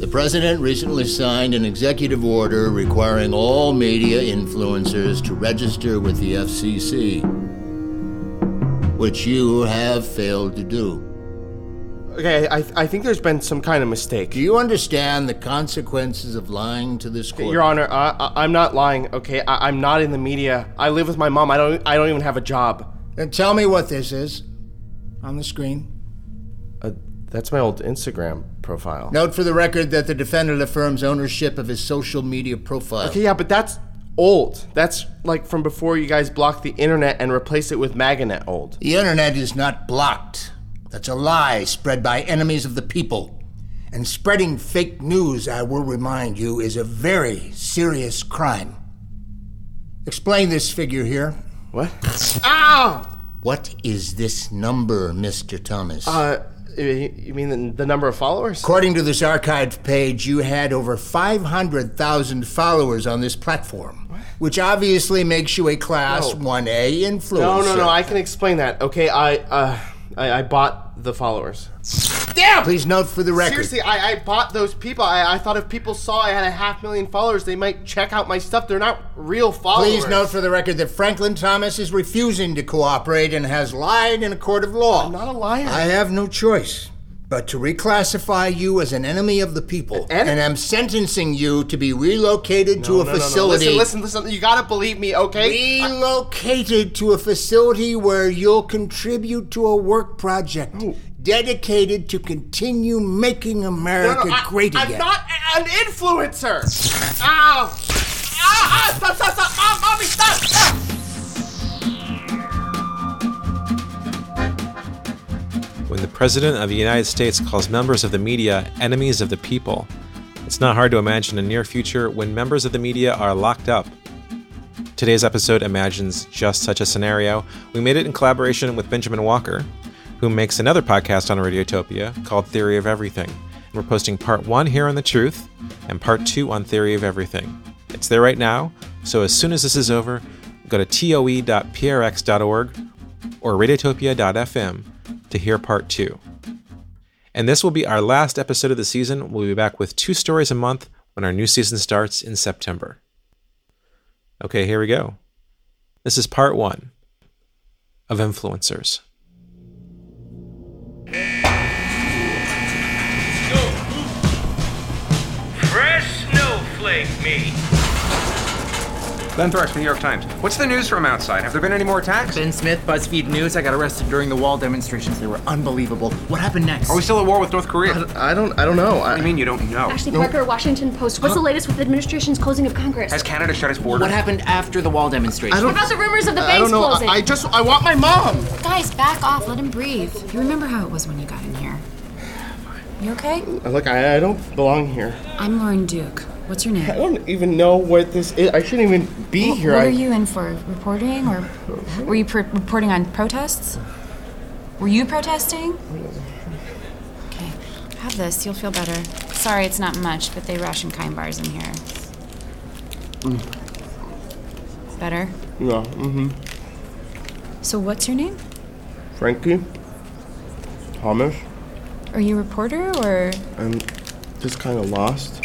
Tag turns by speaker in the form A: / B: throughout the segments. A: The president recently signed an executive order requiring all media influencers to register with the FCC, which you have failed to do.
B: Okay, I, I think there's been some kind of mistake.
A: Do you understand the consequences of lying to this court?
B: Your Honor, I, I, I'm not lying. Okay, I, I'm not in the media. I live with my mom. I don't. I don't even have a job.
A: Then tell me what this is on the screen.
B: Uh, that's my old Instagram profile.
A: Note for the record that the defendant affirms ownership of his social media profile.
B: Okay, yeah, but that's old. That's like from before you guys blocked the internet and replaced it with Maganet old.
A: The internet is not blocked. That's a lie spread by enemies of the people. And spreading fake news, I will remind you, is a very serious crime. Explain this figure here.
B: What? ah!
A: What is this number, Mr. Thomas?
B: Uh, you you mean the, the number of followers?
A: According to this archive page, you had over 500,000 followers on this platform, which obviously makes you a Class
B: No.
A: 1A influencer.
B: No, no, no. I can explain that. Okay, I uh, I, I bought the followers.
A: Damn! Please note for the record.
B: Seriously, I, I bought those people. I, I thought if people saw I had a half million followers, they might check out my stuff. They're not real followers.
A: Please note for the record that Franklin Thomas is refusing to cooperate and has lied in a court of law.
B: I'm not a liar.
A: I have no choice but to reclassify you as an enemy of the people,
B: An enemy?
A: and I'm sentencing you to be relocated to a
B: No, no, no, no.
A: facility.
B: Listen, listen, listen. You gotta believe me, okay?
A: Relocated to a facility where you'll contribute to a work project dedicated to continue making
B: No, no,
A: America
B: I,
A: great
B: I'm
A: again.
B: not a- an influencer. Ow! Ah, ah, stop, stop, stop! Mom, mommy, stop! stop.
C: When the President of the United States calls members of the media enemies of the people, it's not hard to imagine a near future when members of the media are locked up. Today's episode imagines just such a scenario. We made it in collaboration with Benjamin Walker, who makes another podcast on Radiotopia called Theory of Everything. And we're posting part one here on The Truth and part two on Theory of Everything. It's there right now, so as soon as this is over, go to E toe.prx.org or radiotopia.fm to hear part two. And this will be our last episode of the season. We'll be back with two stories a month when our new season starts in September. Okay, here we go. This is part one of Influencers.
D: Fresh snowflake me.
E: Ben Thrax, New York Times. What's the news from outside? Have there been any more attacks?
F: Ben Smith, BuzzFeed News. I got arrested during the wall demonstrations. They were unbelievable. What happened next?
E: Are we still at war with North Korea? What
B: I don't, I don't know. I,
E: do you mean you don't know?
G: Ashley Parker, Washington Post. What's the latest with the administration's closing of Congress?
E: Has Canada shut its border?
F: what happened after the wall demonstrations?
G: what about the rumors of the
B: I
G: banks
B: don't know.
G: closing?
B: I, I just, I want my mom.
H: Guys, back off. Let him breathe. You remember how it was when you got in here. You okay?
B: Uh, Look, I, I don't belong here.
H: I'm Lauren Duke. What's your
B: I
H: name?
B: don't even know what this is. I shouldn't even be here.
H: What
B: I,
H: are you in for? Reporting or were you pr- reporting on protests? Were you protesting? Okay. Have this. You'll feel better. Sorry, it's not much, but they ration kind bars in here.
B: Mm.
H: Better?
B: No, mm-hmm.
H: So, what's your name?
B: Frankie, Thomas,
H: Are you a reporter or
B: I'm just kind of lost.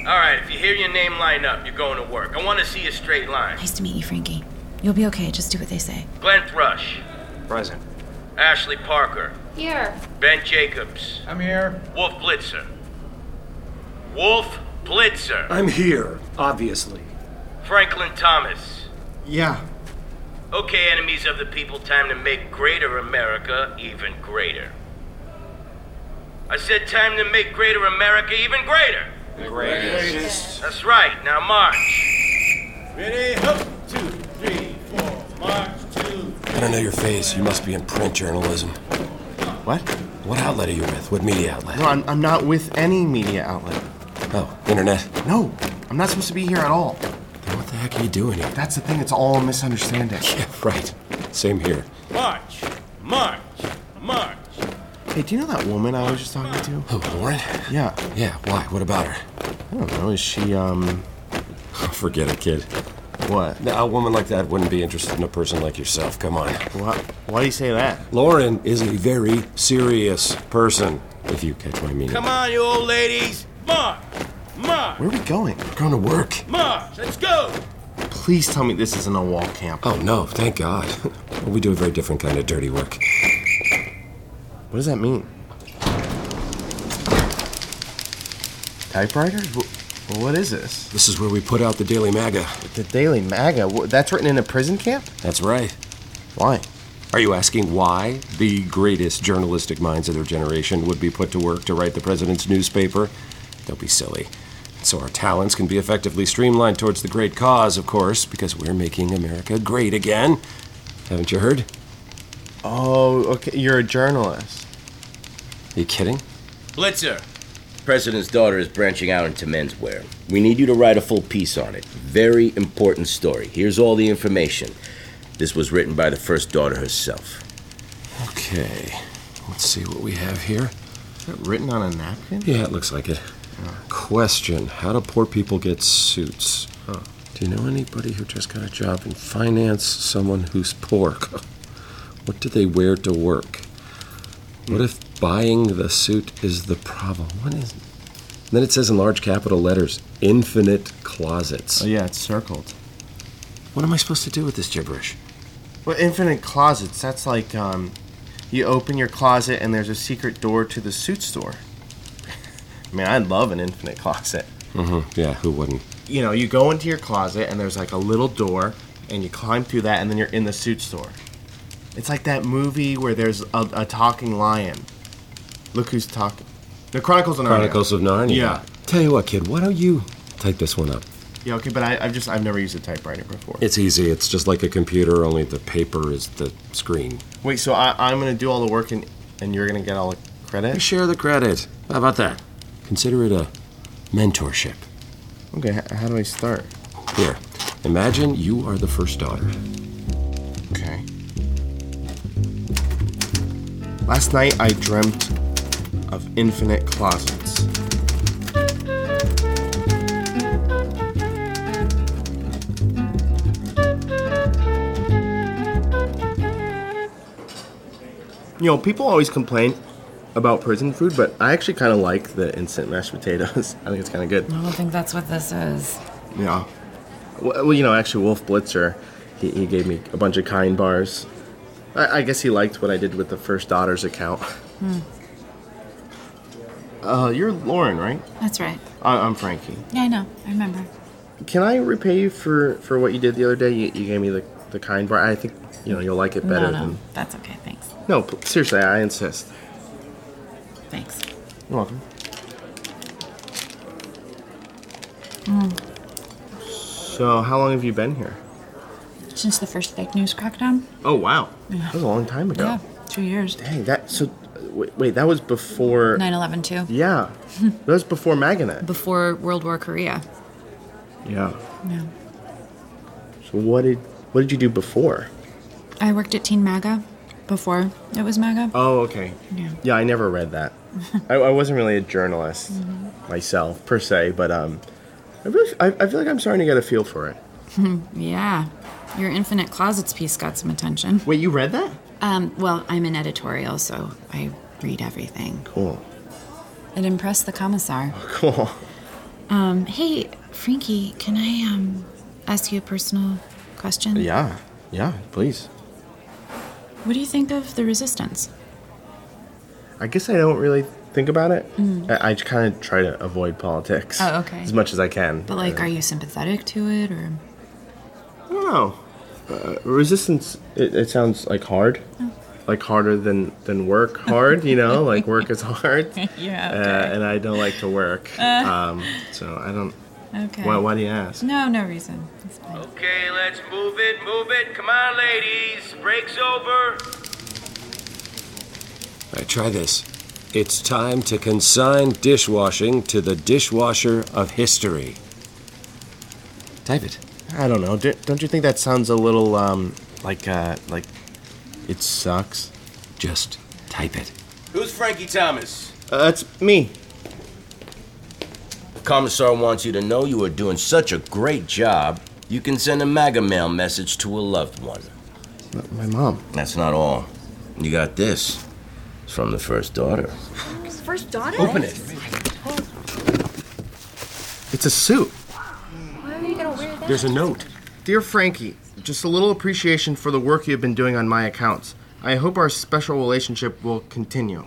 D: All right, if you hear your name line up, you're going to work. I want to see a straight line.
H: Nice to meet you, Frankie. You'll be okay. Just do what they say.
D: Glenn Thrush,
E: Present.
D: Ashley Parker,
G: Here.
D: Ben Jacobs,
E: I'm here.
D: Wolf Blitzer. Wolf Blitzer,
I: I'm here, obviously.
D: Franklin Thomas.
B: Yeah.
D: Okay, enemies of the people, time to make greater America even greater. I said time to make greater America even greater. Greatest. That's right, now march.
I: I don't know your face. You must be in print journalism.
B: What?
I: What outlet are you with? What media outlet?
B: No, I'm, I'm not with any media outlet.
I: Oh, internet.
B: No, I'm not supposed to be here at all.
I: Then what the heck are you doing here?
B: That's the thing. It's all a misunderstanding.
I: Yeah, right. Same here.
D: March, march, march.
B: Hey, do you know that woman I was just talking to?
I: Who, Oh, Lauren?
B: Yeah.
I: Yeah, why? What about her? Oh,
B: I don't know. Is she um
I: Forget it, kid.
B: what?
I: No, a woman like that wouldn't be interested in a person like yourself. Come on.
B: Why, why do you say that?
I: Lauren is a very serious person. If you catch my meaning.
D: Come on, you old ladies. March! March!
B: Where are we going?
I: We're going to work.
D: March! Let's go!
B: Please tell me this isn't a wall camp.
I: Oh no, thank God. we do a very different kind of dirty work.
B: What does that mean? Typewriters? Wh- What is this?
I: This is where we put out the Daily MAGA.
B: The Daily MAGA? Wh- That's written in a prison camp?
I: That's right.
B: Why?
I: Are you asking why the greatest journalistic minds of their generation would be put to work to write the president's newspaper? Don't be silly. So our talents can be effectively streamlined towards the great cause, of course, because we're making America great again. Haven't you heard?
B: Oh, okay. You're a journalist.
I: you kidding?
D: Blitzer!
A: President's daughter is branching out into menswear. We need you to write a full piece on it. Very important story. Here's all the information. This was written by the first daughter herself.
I: Okay. Let's see what we have here.
B: Is that written on a napkin? Oh.
I: Yeah, it looks like it. Question How do poor people get suits? Do you know anybody who just got a job in finance? Someone who's poor? what do they wear to work? What if buying the suit is the problem? What is it? Then it says in large capital letters, infinite closets.
B: Oh, yeah, it's circled.
I: What am I supposed to do with this gibberish?
B: Well, infinite closets, that's like, um, you open your closet and there's a secret door to the suit store. I mean, I love an infinite closet.
I: Mm-hmm. Yeah, who wouldn't?
B: You know, you go into your closet and there's like a little door and you climb through that and then you're in the suit store. It's like that movie where there's a, a talking lion. Look who's talking. The Chronicles
I: Oh,
B: of Narnia.
I: Chronicles of Narnia.
B: Yeah.
I: Tell you what, kid, why don't you type this one up?
B: Yeah, okay, but I, I've just, I've never used a typewriter before.
I: It's easy. It's just like a computer, only the paper is the screen.
B: Wait, so I, I'm gonna do all the work and, and you're gonna get all the
I: We
B: credit?
I: share the credit. How about that? Consider it a mentorship.
B: Okay, h- how do I start?
I: Here, imagine you are the first daughter.
B: Okay. Last night I dreamt of infinite closets. You know, people always complain about prison food, but I actually kind of like the instant mashed potatoes. I think it's kind of good.
H: I don't think that's what this is.
B: Yeah. Well, well, you know, actually, Wolf Blitzer, he, he gave me a bunch of kind bars. I, I guess he liked what I did with the first daughter's account. Hmm. Uh, you're Lauren, right?
H: That's right.
B: I, I'm Frankie.
H: Yeah, I know. I remember.
B: Can I repay you for, for what you did the other day? You, you gave me the, the kind bar. I think, you know, you'll like it better
H: no, no,
B: than.
H: that's okay. Thanks.
B: No, pl- seriously, I insist.
H: Thanks.
B: You're welcome.
H: Hmm.
B: So, how long have you been here?
H: Since the first fake news crackdown?
B: Oh, wow. That was a long time ago.
H: Yeah, two years.
B: Dang, that so. Wait, wait that was before.
H: 9/11 too.
B: Yeah, that was before Maganet.
H: Before World War Korea.
B: Yeah.
H: Yeah.
B: So what did what did you do before?
H: I worked at Teen MAGA before it was MAGA.
B: Oh, okay.
H: Yeah.
B: Yeah, I never read that. I, I wasn't really a journalist myself per se, but um, I really I, I feel like I'm starting to get a feel for it.
H: Yeah. Your Infinite Closets piece got some attention.
B: Wait, you read that?
H: Um, well, I'm an editorial, so I read everything.
B: Cool.
H: It impressed the commissar.
B: Cool.
H: Um, hey, Frankie, can I um ask you a personal question?
B: Yeah. Yeah. Please.
H: What do you think of the resistance?
B: I guess I don't really think about it. I, I kind of try to avoid politics.
H: Oh, okay.
B: As much as I can.
H: But like, are you sympathetic to it, or
B: I don't know. Uh, resistance. It, it sounds like hard,
H: Oh.
B: like harder than than work. Hard, you know, like work is hard.
H: Yeah,
B: Uh,
H: okay. Uh.
B: and I don't like to work. um, so I don't.
H: okay?
B: Why, why do you ask?
H: No, no reason. It's fine.
D: Okay, let's move it, move it. Come on, ladies. Break's over.
I: All right, try this. It's time to consign dishwashing to the dishwasher of history. Type it.
B: I don't know. Do, don't you think that sounds a little um, like uh, like it sucks?
I: Just type it.
D: Who's Frankie Thomas?
B: Uh, that's me.
A: Commissar wants you to know you are doing such a great job, you can send a MAGA mail message to a loved one.
B: My mom.
A: That's not all. You got this. It's from the first daughter.
H: first daughter?
A: Open it. It's a suit.
H: Why are you gonna wear that?
A: a note. Dear Frankie, just a little appreciation for the work you've been doing on my accounts. I hope our special relationship will continue.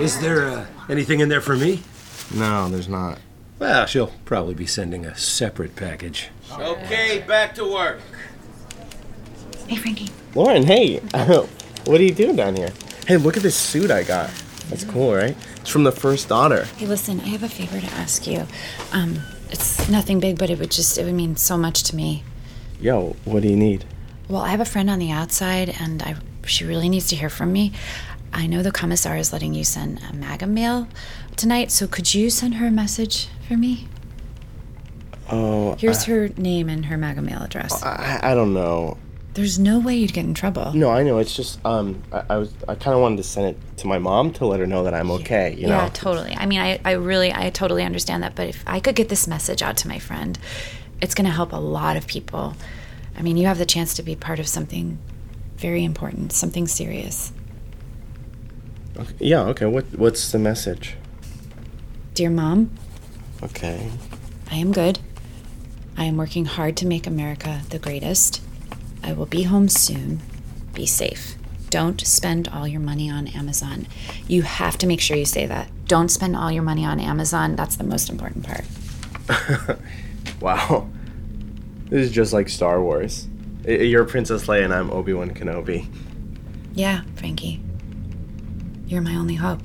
I: Is there uh, anything in there for me?
A: No, there's not.
B: Ah,
I: Well, she'll probably be sending a separate package.
D: Okay, back to work.
H: Hey, Frankie.
A: Lauren, hey, what are you doing down here? Hey, look at this suit I got. That's cool, right? It's from the first daughter.
G: Hey, listen, I have a favor to ask you. Um, it's nothing big, but it would just, it would mean so much to me.
A: Yo, what do you need?
G: Well, I have a friend on the outside, and I, she really needs to hear from me. I know the commissar is letting you send a MAGA mail tonight, so could you send her a message for me?
A: Oh,
G: Here's
A: I,
G: her name and her MAGA mail address.
A: I, I don't know.
G: There's no way you'd get in trouble.
A: No, I know. It's just um, I, I was I kind of wanted to send it to my mom to let her know that I'm okay. You
G: yeah,
A: know.
G: totally. I mean, I, I really, I totally understand that. But if I could get this message out to my friend, it's going to help a lot of people. I mean, you have the chance to be part of something very important, something serious.
A: Okay. Yeah. Okay. What What's the message?
G: Dear mom,
A: Okay.
G: I am good. I am working hard to make America the greatest. I will be home soon. Be safe. Don't spend all your money on Amazon. You have to make sure you say that. Don't spend all your money on Amazon. That's the most important part.
A: Wow. This is just like Star Wars. I- You're Princess Leia and I'm Obi Wan Kenobi.
G: Yeah, Frankie. You're my only hope.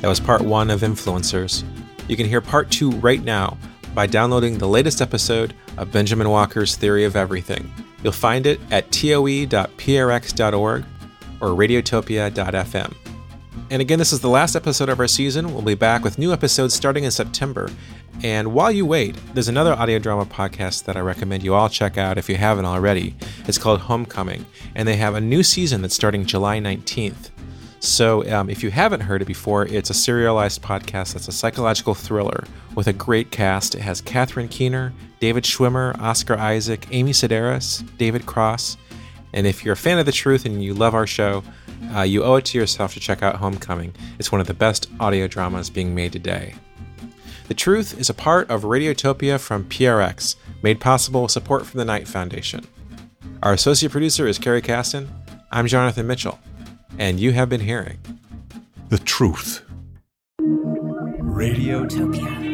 C: That was part one of Influencers. You can hear part two right now by downloading the latest episode of Benjamin Walker's Theory of Everything. You'll find it at E toe.prx.org or radiotopia.fm. And again, this is the last episode of our season. We'll be back with new episodes starting in September. And while you wait, there's another audio drama podcast that I recommend you all check out if you haven't already. It's called Homecoming, and they have a new season that's starting July 19th. So um, if you haven't heard it before, it's a serialized podcast that's a psychological thriller with a great cast. It has Katherine Keener, David Schwimmer, Oscar Isaac, Amy Sedaris, David Cross, and if you're a fan of the truth and you love our show, uh, you owe it to yourself to check out Homecoming. It's one of the best audio dramas being made today. The Truth is a part of Radiotopia from PRX, made possible with support from the Knight Foundation. Our associate producer is Carrie Caston. I'm Jonathan Mitchell, and you have been hearing
J: The Truth.
K: Radiotopia.